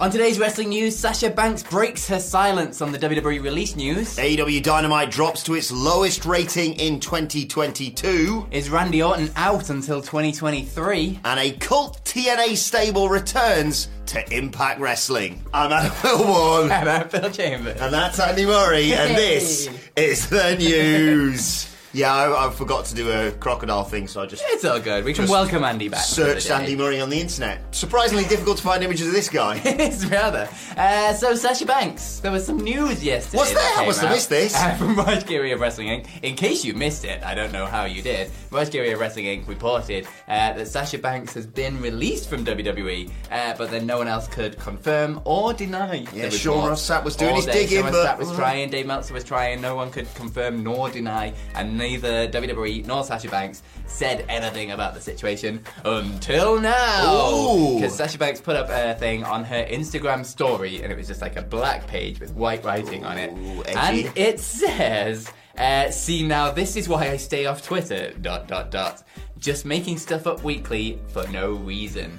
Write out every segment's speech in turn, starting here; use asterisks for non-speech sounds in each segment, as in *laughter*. On today's wrestling news, Sasha Banks breaks her silence on the WWE release news. AEW E Dynamite drops to its lowest rating in 2022, Is Randy Orton out until *laughs* 2023? and a cult TNA stable returns to Impact Wrestling. I'm Adam Warren, And I'm Phil Chambers. and that's Andy Murray, and this is the news. *laughs* Yeah, I, I forgot to do a crocodile thing, so I just It's all good. We can welcome Andy back. for the searched day. Andy Murray on the internet. Surprisingly difficult to find images of *laughs* this guy. It's rather. Uh, so Sasha Banks, there was some news yesterday. What's that that? I came must have out, missed this. Uh, *laughs* from Raj Geary of Wrestling Inc. In case you missed it, I don't know how you did. Raj Geary of Wrestling Inc. reported uh, that Sasha Banks has been released from WWE, uh, but then no one else could confirm or deny. Yeah, the Sean report. Ross Sapp was doing All his day, digging, Sean but- Ross Sapp was trying. Dave Meltzer was trying. No one could confirm nor deny, and neither WWE nor Sasha Banks said anything about the situation until now. Ooh. Because Sasha Banks put up a thing on her Instagram story, and it was just like a black page with white writing on it, Ooh, edgy. and it says. Uh, see now, this is why I stay off Twitter. Dot dot dot. Just making stuff up weekly for no reason.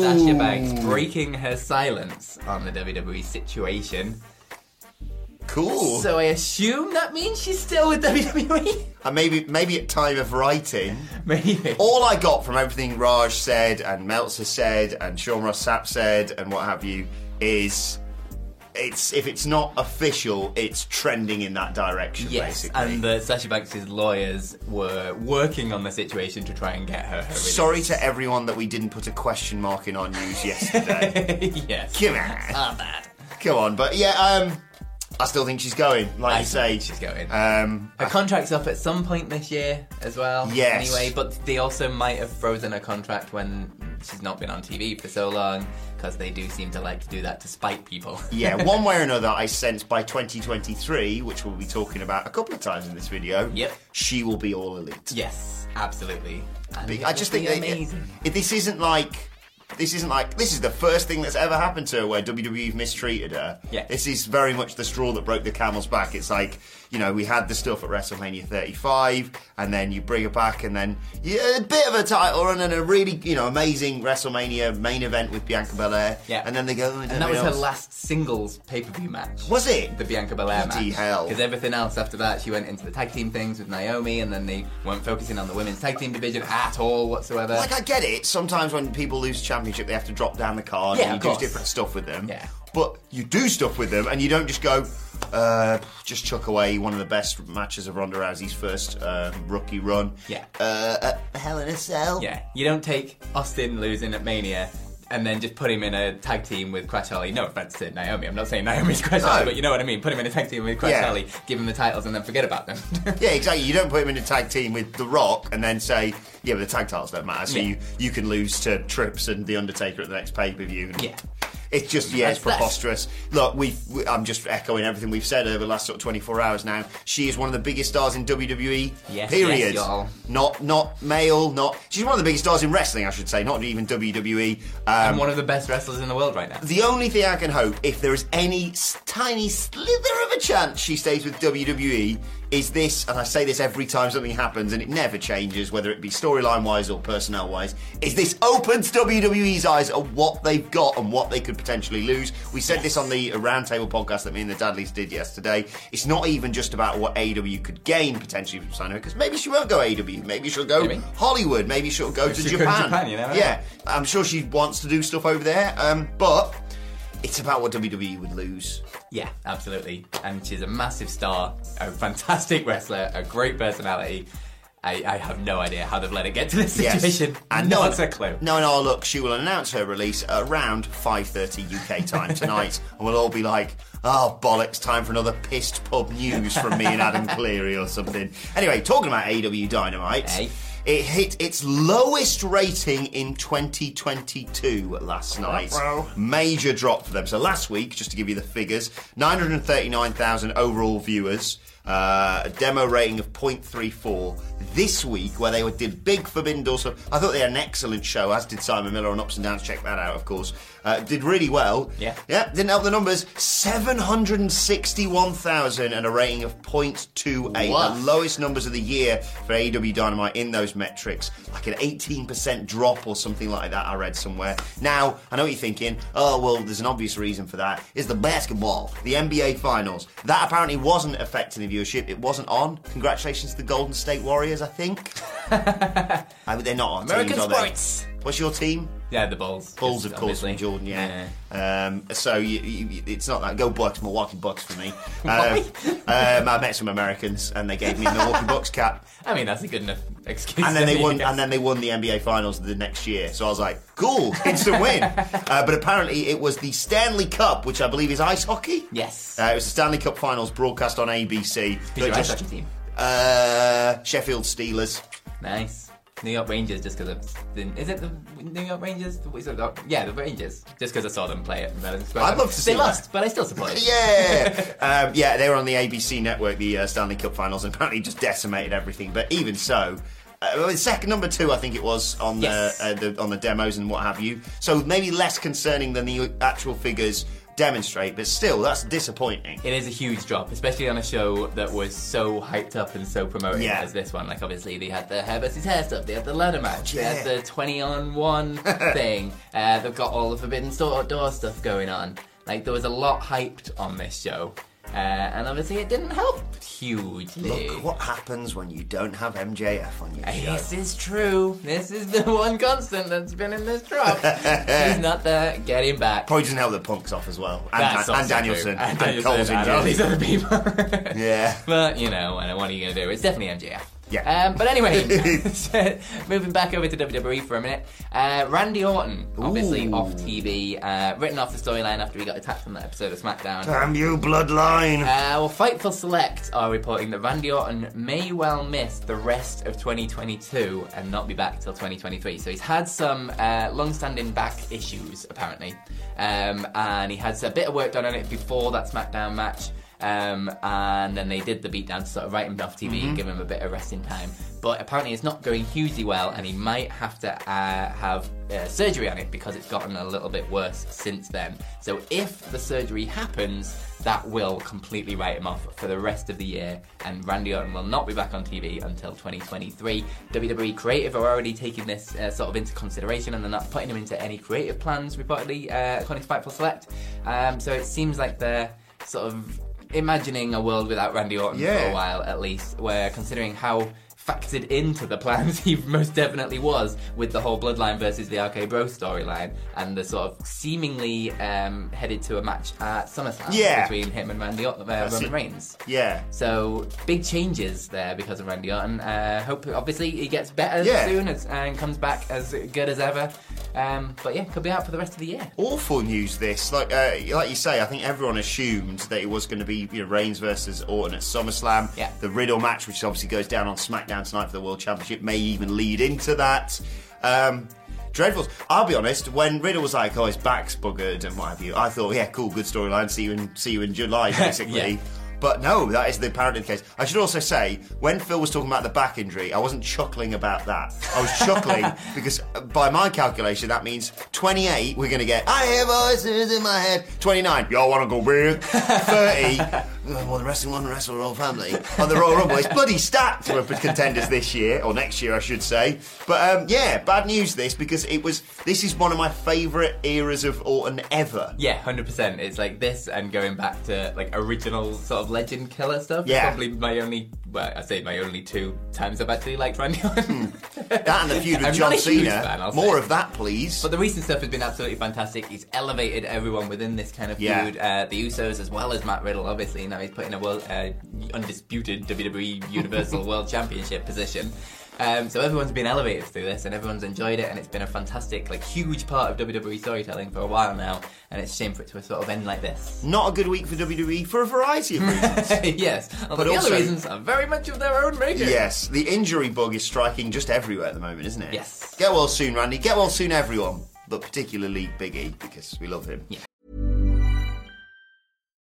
Sasha Banks breaking her silence on the WWE situation. Cool. So I assume that means she's still with *laughs* E? WWE? and maybe maybe at time of writing. Maybe. all I got from everything Raj said and Meltzer said and Sean Ross Sapp said and what have you is it's if it's not official, it's trending in that direction Yes, basically. and the Sasha Banks' lawyers were working on the situation to try and get her. her release. Sorry to everyone that we didn't put a question mark in our news yesterday. *laughs* yes. Come on. Ah, bad. Come on, but yeah, um I still think she's going, like I you still say. think she's going. Um Her contract's up at some point this year as well. Yes. Anyway, but they also might have frozen her contract when she's not been on TV for so long because they do seem to like to do that to spite people. yeah, one way or another, I sense by 2023, which we'll be talking about a couple of times in this video, Yep. she will be all elite. *laughs* yes, absolutely. And Big- it I just would think be that it- amazing. it- this isn't like this isn't like this is the first thing that's ever happened to her where WWE mistreated her. Yeah. This is very much the straw that broke the camel's back. It's like you know we had the stuff at WrestleMania 35, and then you bring her back, and then yeah, a bit of a title run and a really you know amazing WrestleMania main event with Bianca Belair. Yeah. And then they go, "Oh, and, And that was her last singles pay per view match. Was it? The Bianca Belair Bloody match. hell. Because everything else after that, she went into the tag team things with Naomi, and then they weren't focusing on the women's tag team division at all whatsoever. Like I get it. Sometimes when people lose a championship, they have to drop down the card Yeah, of and you course. do different stuff with them. Yeah. But you do stuff with them, and you don't just go uh, just chuck away one of the best matches of Ronda Rousey's first um, rookie run. Yeah. Uh, uh, Hell in a Cell. yeah, you don't take Austin losing at Mania. And then just put him in a tag team with Crash Holly. No offense to Naomi, I'm not saying Naomi's *laughs* Crash Holly, but you know what I mean. Put him in a tag team with Crash Yeah. Um, Holly, give him the titles, and then forget about them. *laughs* Yeah, exactly. You don't put him in a tag team with The Rock and then say, yeah, but the tag titles don't matter. So Yeah. you, you can lose to Trips and The Undertaker at the next pay per view. Yeah. It's just, yeah, it's That's- that's- preposterous. Look, we've, we, I'm just echoing everything we've said over the last sort of 24 hours now. She is one of the biggest stars in WWE, Yes, period. yes, y'all. not, not male, not. She's one of the biggest stars in wrestling, I should say, not even WWE. Um, I'm one of the best wrestlers in the world right now. the only thing I can hope, if there is any s- tiny slither of a chance she stays with WWE, E, is this, and I say this every time something happens, and it never changes, whether it be storyline wise or personnel wise, is this opens WWE's eyes on what they've got and what they could potentially lose. We said this on the roundtable podcast that me and the Dadleys did yesterday. It's not even just about what AW could gain potentially from signing because maybe she won't go AW, maybe she'll go Maybe. Hollywood, maybe she'll go to she'll go to Japan. Japan, you never know. yeah, I'm sure she wants to do stuff over there, um, but it's about what WWE *laughs* would lose. Yeah, absolutely. And she's a massive star, a fantastic wrestler, a great personality. I, I have no idea how they've let it get to this Yes. situation. And no, Not a clue. No, no, look, she will announce her release at around 5.30 *laughs* UK time tonight, and we'll all be like, oh, bollocks, time for another pissed pub news from me and Adam Cleary or something. Anyway, talking about AW Dynamite, Hey. it hit its lowest rating in 2022 last night. Major drop for them. So last week, just to give you the figures, 939,000 overall viewers, uh, a demo rating of 0.34. This week, where they were- did big forbidden door stuff, I thought they had an excellent show, as did Simon Miller on Ups and Downs. Check that out, of course. Uh, did really well. Yeah. Yeah, didn't help the numbers. 761,000 and a rating of 0.28. What? The lowest numbers of the year for AEW Dynamite in those metrics, like an 18% drop or something like that. I read somewhere. Now I know what you're thinking. Oh well, there's an obvious reason for that. Is the basketball, the NBA Finals, that apparently wasn't affecting the viewership. It wasn't on. Congratulations to the Golden State Warriors. *laughs* I think I mean, they're not on. American teams, are they? sports. What's your team? Yeah, the balls. Bulls, of Just course, from obviously. Jordan. Yeah. Um, so you, you, it's not that. Go Bucks, Milwaukee Bucks for me. *laughs* Why? um, I met some Americans and they gave me a Milwaukee Bucks cap, I mean, that's a good enough excuse. and then I they mean, *laughs* won. I And then they won the NBA Finals the next year. So I was like, cool, *laughs* instant win. uh, but apparently, it was the Stanley Cup, which I believe is ice hockey. Yes. Uh, it was the Stanley Cup Finals broadcast on ABC. Who's your That ice just- hockey team? Uh, Sheffield Steelers. Nice. New York Rangers, just because of. the- Is it the New York Rangers? The- is it the- Yeah, the Rangers. Just because I saw them play it. I'd love to see They that. lost, but I still support it. *laughs* Yeah, *laughs* um, yeah, they were on the ABC network, the uh, Stanley Cup Finals, and apparently just decimated everything. But even so, uh, well, it's second number two, I think it was on Yes. the, uh, the on the demos and what have you. So maybe less concerning than the actual figures demonstrate, but still, that's disappointing. It is a huge drop, especially on a show that was so hyped up and so promoted Yeah. as this one. Like, obviously, they had the hair versus hair stuff, they had the ladder match, yeah. they had the 20 on 1 *laughs* thing, uh, they've got all the Forbidden Store Door stuff going on. Like, there was a lot hyped on this show, uh, and obviously, it didn't help hugely. Look what happens when you don't have MJF on your show. This is true. This is the *laughs* one constant that's been in this *laughs* drop. He's not there. Get him back. Probably doesn't help that Punk's off as well, and, That's Dan- and also Danielson, true. and, Danielson Cole's and all these injured. other people. Yeah. But you know, and what are you going to do? It's definitely MJF. Yeah. Um, but anyway, *laughs* *laughs* moving back over to WWE for a minute. Uh, Randy Orton, obviously Ooh. off TV, uh, written off the storyline after he got attacked on that episode of SmackDown. Damn you, Bloodline! Uh, well, Fightful Select are reporting that Randy Orton may well miss the rest of 2022 and not be back till 2023. So he's had some uh, long-standing back issues apparently, um, and he had a bit of work done on it before that SmackDown match. Um, and then they did the beatdown to sort of write him off TV and give him a bit of resting time. But apparently, it's not going hugely well, and he might have to uh, have uh, surgery on it because it's gotten a little bit worse since then. So, if the surgery happens, that will completely write him off for the rest of the year, and Randy Orton will not be back on TV until 2023. WWE E Creative are already taking this uh, sort of into consideration, and they're not putting him into any creative plans, reportedly, uh, according to Fightful Select. Um, so it seems like they're sort of imagining a world without Randy Orton for Yeah. a while, at least, where considering how factored into the plans *laughs* he most definitely was with the whole Bloodline versus the RK Bro storyline and the sort of seemingly um, headed to a match at SummerSlam Yeah. between him and Randy Orton, uh, Roman it. Reigns. Yeah. So big changes there because of Randy Orton. Uh, hope obviously he gets better Yeah. soon as, and comes back as good as ever. Um, but yeah, could be out for the rest of the year. awful news. This, like, uh, like you say, I think everyone assumed that it was going to be you know, Reigns versus Orton at SummerSlam. Yeah. The Riddle match, which obviously goes down on SmackDown tonight for the World Championship, may even lead into that. Um, dreadful. I'll be honest. When Riddle was like, "Oh, his back's buggered" and what have you, I thought, "Yeah, cool, good storyline. See you in see you in July, basically." Yeah. But no, that is the apparently the case. I should also say, when Phil was talking about the back injury, I wasn't chuckling about that. I was chuckling because, uh, by my calculation, that means 28, we're going to get, I hear voices in my head. 29, y'all want to go big. 30, well, the Wrestling One, Wrestle Royal Family, on the Royal Rumble. It's bloody stacked for contenders this year, or next year, I should say. But um, yeah, bad news this, because it was, this is one of my favourite eras of Orton ever. Yeah, hundred percent. It's like this, and going back to like original sort of legend killer stuff. Yeah. probably my only. Well, I say my only two times I've actually liked Randy Hmm. Orton. That and the feud with I'm John not a huge Cena. fan, I'll More say. of that, please. *laughs* But the recent stuff has been absolutely fantastic. He's elevated everyone within this kind of Yeah. feud. Uh, the Usos, as well as Matt Riddle, obviously. Now he's put in a world, uh, undisputed WWE *laughs* Universal World Championship position. Um, so everyone's been elevated through this, and everyone's enjoyed it, and it's been a fantastic, like, huge part of WWE storytelling for a while now. And it's a shame for it to sort of end like this. Not a good week for WWE for a *laughs* variety of reasons. *laughs* yes, although But the also- other reasons are very much of their own making. yes, the injury bug is striking just everywhere at the moment, isn't it? Yes. Get well soon, Randy. Get well soon, everyone. But particularly Big E, because we love him.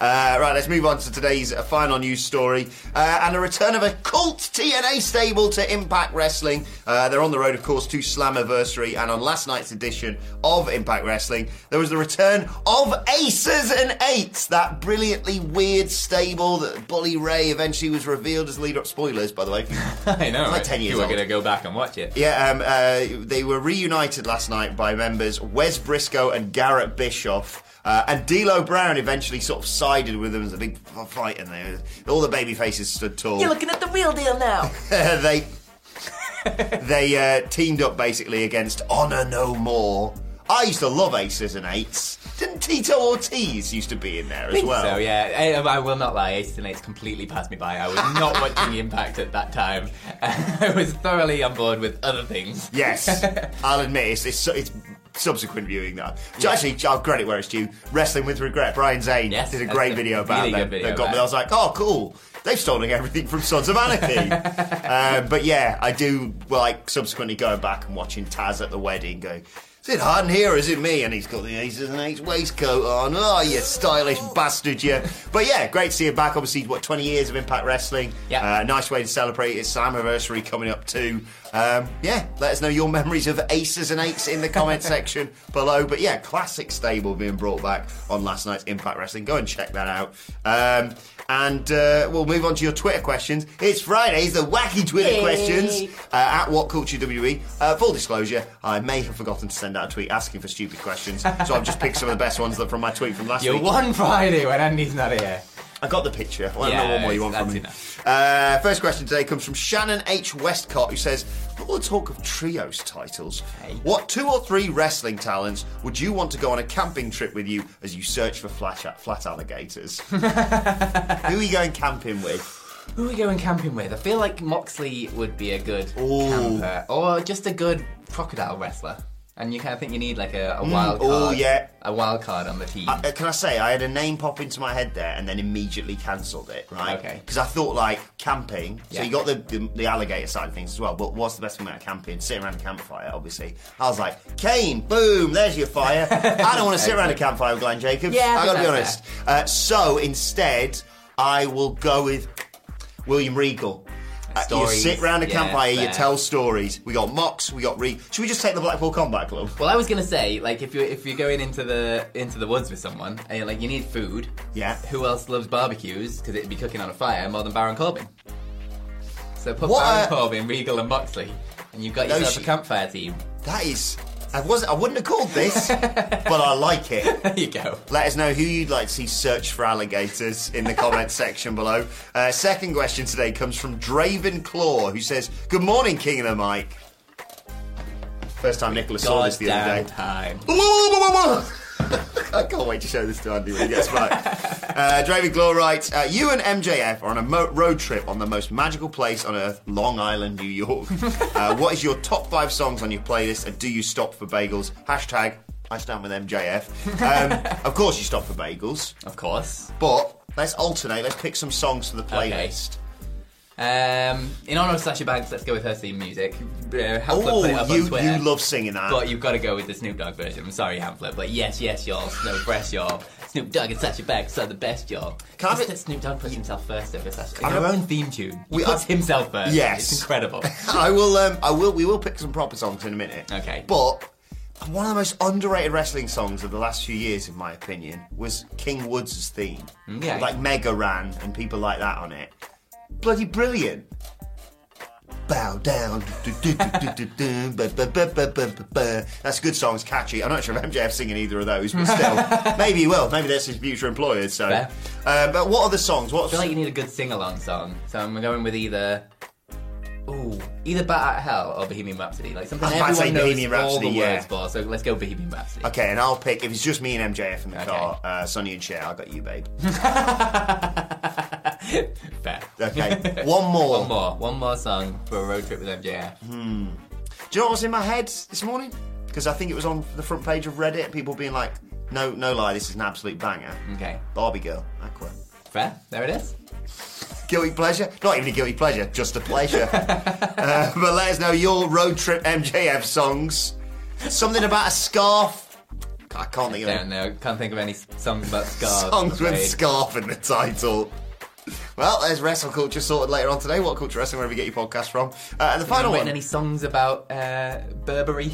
Uh, right, let's move on to today's uh, final news story uh, and a return of a cult TNA stable to Impact Wrestling. Uh, they're on the road, of course, to Slammiversary, and on last night's edition of Impact Wrestling, there was the return of Aces and Eights, that brilliantly weird stable that Bully Ray eventually was revealed as leader. Spoilers, by the way. *laughs* *laughs* I know. Like right? 10 years You are old. going to go back and watch it. Yeah, um, uh, they were reunited last night by members Wes Briscoe and Garrett Bischoff. Uh, and D'Lo Brown eventually sort of sided with them as a big f- fight, and they, all the baby faces stood tall. You're looking at the real deal now. *laughs* they they uh, teamed up basically against Honor No More. I used to love Aces and Eights. Didn't Tito Ortiz used to be in there as well? So yeah, I, I will not lie. Ace and Eights completely passed me by. I was not *laughs* watching Impact at that time. *laughs* I was thoroughly on board with other things. *laughs* Yes, I'll admit it's it's, it's subsequent viewing that. Which Actually, I'll credit where it's due. Wrestling with regret. Brian Zane Yes, did a that's great a video about really them. good video that got me. about I was like, oh, cool. They've stolen everything from Sons *laughs* of Anarchy. uh, but yeah, I do like subsequently going back and watching Taz at the wedding, going. Is it Harden here or is it me? And he's got the aces and eights waistcoat on. Oh, you stylish bastard, you. But yeah, great to see him back. Obviously, what, 20 years of Impact Wrestling. Yeah. Uh, nice way to celebrate its anniversary coming up too. Um, yeah, let us know your memories of aces and eights in the comment section below. But yeah, classic stable being brought back on last night's Impact Wrestling. Go and check that out. Um, and uh, we'll move on to your Twitter questions. It's Fridays, the E. wacky Twitter questions uh, at What Culture WE. Uh, full disclosure, I may have forgotten to send out a tweet asking for stupid questions. so I've just picked some of the best ones that from my tweet from last You're week. one Friday when Andy's not here. I got the picture. I don't Yeah, know what more you want that's from me. enough. Uh, first question today comes from Shannon H. Westcott, who says, "For all the talk of trios titles, what two or three wrestling talents would you want to go on a camping trip with you as you search for flat, flat alligators? Who are you going camping with? Who are we going camping with? I feel like Moxley would be a good camper, or just a good crocodile wrestler. And you kind of think you need like a, a wild card. oh, yeah. A wild card on the team. Uh, can I say I had a name pop into my head there and then immediately cancelled it, right? Okay. Because I thought like camping. So Yeah. you got the, the the alligator side of things as well. But what's the best thing about camping? Sitting around a campfire, obviously. I was like, Kane, boom, there's your fire. *laughs* I don't want to sit around a campfire with Glenn Jacobs. Yeah, I I gotta be think honest. that's Uh, so instead, I will go with William Regal. Uh, you Stories, sit round a yeah, campfire, you fair. tell stories. We got Mox, we got Regal. Should we just take the Blackpool Combat Club? well, I was gonna say, like, if you're if you're going into the into the woods with someone, and you're like, you need food. Yeah. Who else loves barbecues? Because it'd be cooking on a fire more than Baron Corbin. So put What Baron a- Corbin, Regal, and Moxley, and you've got No yourself sh- a campfire team. *laughs* That is. I wasn't. I wouldn't have called this, but I like it. There you go. Let us know who you'd like to see search for alligators in the comment section below. Uh, second question today comes from Draven Claw, who says, "Good morning, King of the Mic." First time Nicholas saw this the other Goddamn day. time. *laughs* I can't wait to show this to Andy when he *laughs* gets back. uh, Draven Glaw writes, uh, You and MJF are on a mo- road trip on the most magical place on earth, Long Island, *laughs* New York. uh, what is your top five songs on your playlist and do you stop for bagels? Hashtag, I stand with *laughs* MJF. Um, of course you stop for bagels, Of course. but let's alternate. Let's pick some songs for the playlist. Um, in honor of Sasha Banks, let's go with her theme music. Uh, Hamlet put it Oh, up you, on Twitter. you love singing that. But you've got to go with the Snoop Dogg version. I'm sorry, Hamlet, but yes, yes, y'all. Snow Fresh, y'all. Snoop Dogg and Sasha Banks are the best, y'all. Can I Just be- that Snoop Dogg puts himself first over Sasha. I Our be- own theme tune. He We- puts I- himself first. Yes. It's incredible. *laughs* I will. Um, I will. We will pick some proper songs in a minute. Okay. But one of the most underrated wrestling songs of the last few years, in my opinion, was King Woods' theme. Okay. With, Like Mega Ran and people like that on it. Bloody brilliant. Bow down. *laughs* Do, do, do, do, do, do, ba, ba, ba, ba, ba, ba, ba. That's a good song. It's catchy. I'm not sure if MJF's singing either of those, *laughs* but still, maybe he will. Maybe that's his future employers. So, Fair. uh, but what other songs? What I feel like you need a good sing-along song, so I'm going with either. Ooh, either Bat at Hell or Bohemian Rhapsody. Like something I was about to say everyone knows Bohemian all the Rhapsody, yeah. words for. So let's go Bohemian Rhapsody. Okay, and I'll pick if it's just me and MJF in the Okay. car. Uh, Sonny and Cher, I got you, *laughs* babe. Fair. Okay, one more. One more, one more song for a road trip with MJF. Mm-hmm. Do you know what was in my head this morning? Because I think it was on the front page of Reddit. People being like, "No, no lie, this is an absolute banger." Okay, Barbie girl, Aqua. fair. There it is. Guilty pleasure? Not even a guilty pleasure, just *laughs* a pleasure. uh, but let us know your road trip MJF songs. Something about a scarf. I can't think of Don't know. Can't think of any s- songs about scarves. *laughs* songs with Right. scarf in the title. Well, there's wrestle culture sorted later on today. What culture wrestling? Wherever you get your podcast from. Uh, and the Have final you one. written any songs about uh, *laughs* Burberry?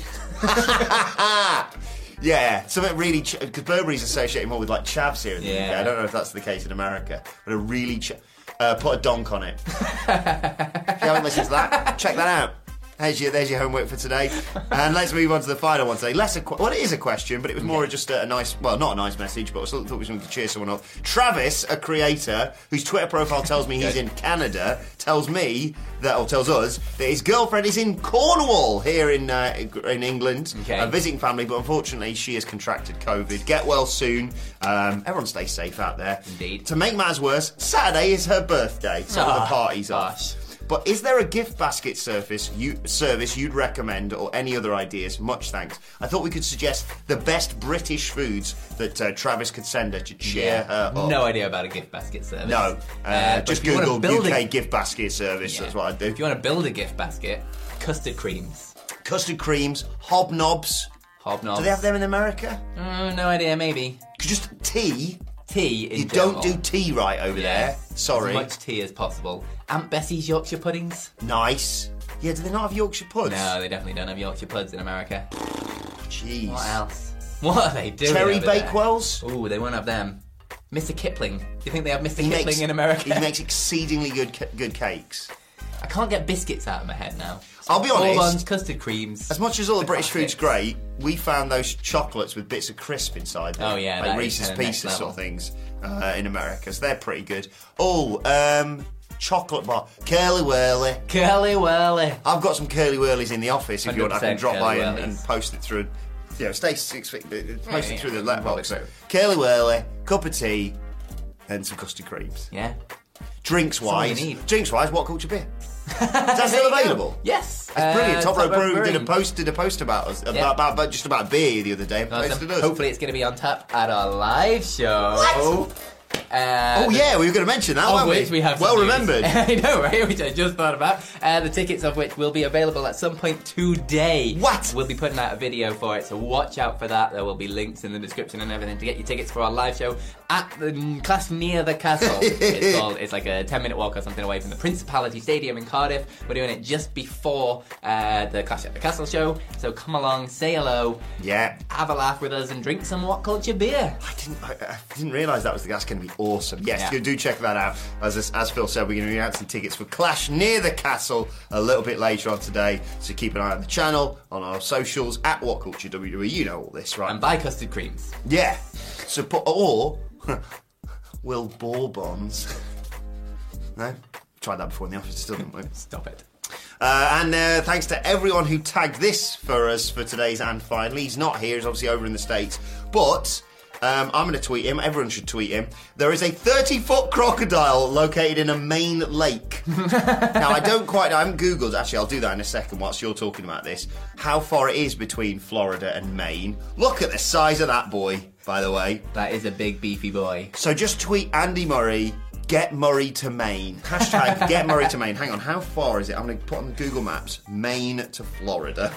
Yeah, something really because Burberry's associated more with like chavs here in the Yeah. UK. I don't know if that's the case in America, but a really ch- uh, put a donk *laughs* on it. if you haven't listened to that, check that out. There's your, there's your homework for today, and let's move on to the final one today. Less a que- well, it is a question, but it was more just a, a nice, well, not a nice message, but I still thought it was something to cheer someone up. Travis, a creator whose Twitter profile tells me he's in Canada, tells me that, or tells us that his girlfriend is in Cornwall here in uh, in England, Okay. a visiting family, but unfortunately she has contracted COVID. Get well soon. Um, everyone stay safe out there. Indeed. To make matters worse, Saturday is her birthday, so the Ah, party's gosh. off. But is there a gift basket surface you service you'd recommend or any other ideas? Much thanks. I thought we could suggest the best British foods that uh, Travis could send her to cheer her *laughs* up. no idea about a gift basket service. uh, oh. No, uh, but just if you wanna Google build UK a- gift basket service. Yeah. That's what I do. If you want to build a gift basket, custard creams, Custard creams, hobnobs. hobnobs. Do they have them in America? Mm, no idea. Maybe Just tea. tea. In You general. don't do tea right over Yeah. there. Sorry. As much tea as possible. Aunt Bessie's Yorkshire puddings. Nice. Yeah, do they not have Yorkshire puds? No, they definitely don't have Yorkshire puds in America. Jeez. What else? What are they doing? Terry over there? Bakewell's? Ooh, they won't have them. Mr. Kipling. Do you think they have Mr. He Kipling makes- in America? He makes exceedingly good ca- good cakes. I can't get biscuits out of my head now. I'll be honest. Bourbons, custard creams. As much as all the *laughs* British food's classics. great, we found those chocolates with bits of crisp inside them. Oh, yeah, like that is Reese's kinda next Pieces level. sort of things uh, in America. So they're pretty good. Oh, um, chocolate bar, curly whirly. Curly whirly. I've got some curly whirlies in the office. If you want, I can 100% drop by and, curly and whirlies. post it through. You know, stay six feet. uh, Post yeah, it through yeah, the we'll pop letterbox. it through. Curly whirly, cup of tea, and some custard creams. Yeah. Drinks all you wise, need. drinks wise, what *laughs* culture beer? Is that still available? Yes. It's brilliant. Top Row Brew did a post. post did a post about us about, Uh, Yeah. about, about- just about beer the other day. and Awesome. posted us. Hopefully, it's going to be on tap at our live show. Uh, Oh yeah, we were going to mention that, Of weren't which we? we have well some news. *laughs* remembered. I know, right? Which I just thought about. Uh, the tickets of which will be available at some point today. What? We'll be putting out a video for it, so watch out for that. There will be links in the description and everything to get your tickets for our live show at the mm, class near the *laughs* castle. it's called. It's like a ten-minute walk or something away from the Principality Stadium in Cardiff. We're doing it just before uh, the Clash at the Castle show, so come along, say hello, yeah, have a laugh with us, and drink some what culture beer. I didn't. I, I didn't realise that was the. That's going to be awesome. Yes, Yeah. do check that out. As as Phil said, we're going to be announcing tickets for Clash near the castle a little bit later on today. So keep an eye on the channel, on our socials at What Culture WWE. You know all this, right? And buy custard creams. yeah. Support or *laughs* will Bourbons? no, tried that before in the office. it Still didn't work. Stop it. Uh, and uh, thanks to everyone who tagged this for us for today's and finally. He's not here, he's obviously over in the States. But um, I'm going to tweet him, everyone should tweet him. There is a 30 foot crocodile located in a main lake. now, I don't quite, I haven't Googled, actually, I'll do that in a second whilst you're talking about this, how far it is between Florida and Maine. Look at the size of that boy, by the way. That is a big beefy boy. So just tweet Andy Murray, get Murray to Maine. Hashtag get Murray to Maine. Hang on, how far is it? I'm going to put on the Google Maps Maine to Florida.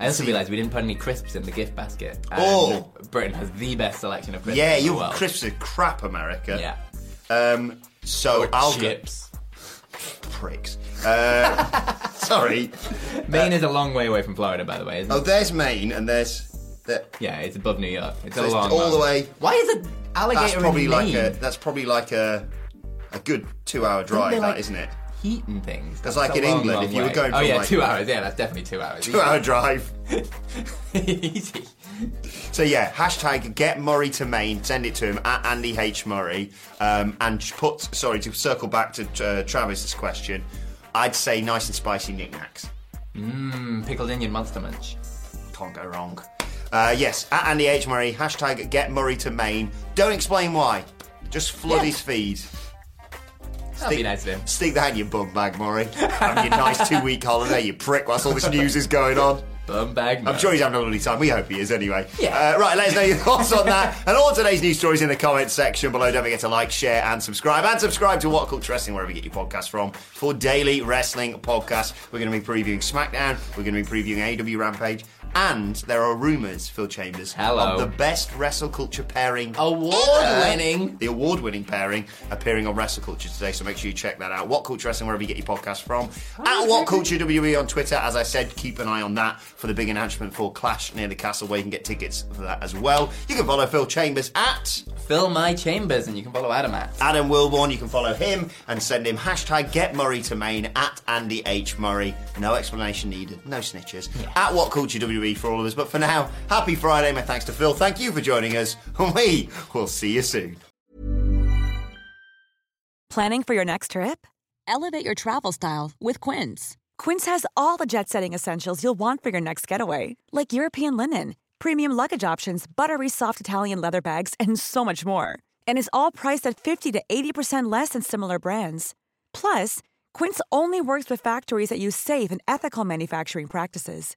I also realised we didn't put any crisps in the gift basket. and Oh. Britain has the best selection of crisps. Yeah, in the your world. crisps are crap, America. Oh, Yeah. Um, so I'll go- chips. Uh, pricks. Uh, *laughs* sorry. Maine is a long way away from Florida, by the way, isn't Oh, it? there's Maine, and there's the, Yeah, it's above New York. It's So a it's long, all long the way- Why is an alligator that's probably in like Maine a that's probably like a a good two hour drive. they, That like- isn't it? heating things? That's like a in long, England, long if you were way. going Oh from, yeah, like- two hours. Yeah, that's definitely two hours. Two hour drive. *laughs* Easy. So yeah, hashtag get Murray to Maine. Send it to him at Andy H Murray. Um, and put sorry to circle back to uh, Travis's question. I'd say nice and spicy knickknacks. Mm, pickled onion monster munch. Can't go wrong. Uh, yes, at Andy H Murray. Hashtag get Murray to Maine. Don't explain why. Just flood Yeah. his feed. That'd be nice of him. Stick that in your bum bag, Murray. Have your nice two week holiday, you prick. Whilst all this news is going on. Bum bag. I'm man. sure he's having a lovely time. We hope he is anyway. Yeah. Uh, right, let us know your *laughs* thoughts on that and all today's news stories in the comments section below. Don't forget to like, share, and subscribe. And subscribe to What Culture Wrestling, wherever you get your podcasts from, for daily wrestling podcasts. We're going to be previewing SmackDown, we're going to be previewing AW Rampage, and there are rumours, Phil Chambers, Hello. of the best wrestle culture pairing Award-winning. the award winning pairing appearing on Wrestle Culture today. So make sure you check that out. What Culture Wrestling, wherever you get your podcast from. At What Culture WWE on Twitter. As I said, keep an eye on that for the big announcement for Clash near the Castle, where you can get tickets for that as well. You can follow Phil Chambers at Fill my chambers, and you can follow Adam at. Adam Wilborn. You can follow him and send him hashtag get Murray to Maine at Andy H. Murray. No explanation needed, no snitches. At What Culture WWE for all of us. But for now, happy Friday. My thanks to Phil. Thank you for joining us. *laughs* And we will see you soon. Planning for your next trip? Elevate your travel style with Quince. Quince has all the jet setting essentials you'll want for your next getaway, like European linen, premium luggage options, buttery soft Italian leather bags, and so much more. And is all priced at 50 to 80% less than similar brands. Plus, Quince only works with factories that use safe and ethical manufacturing practices.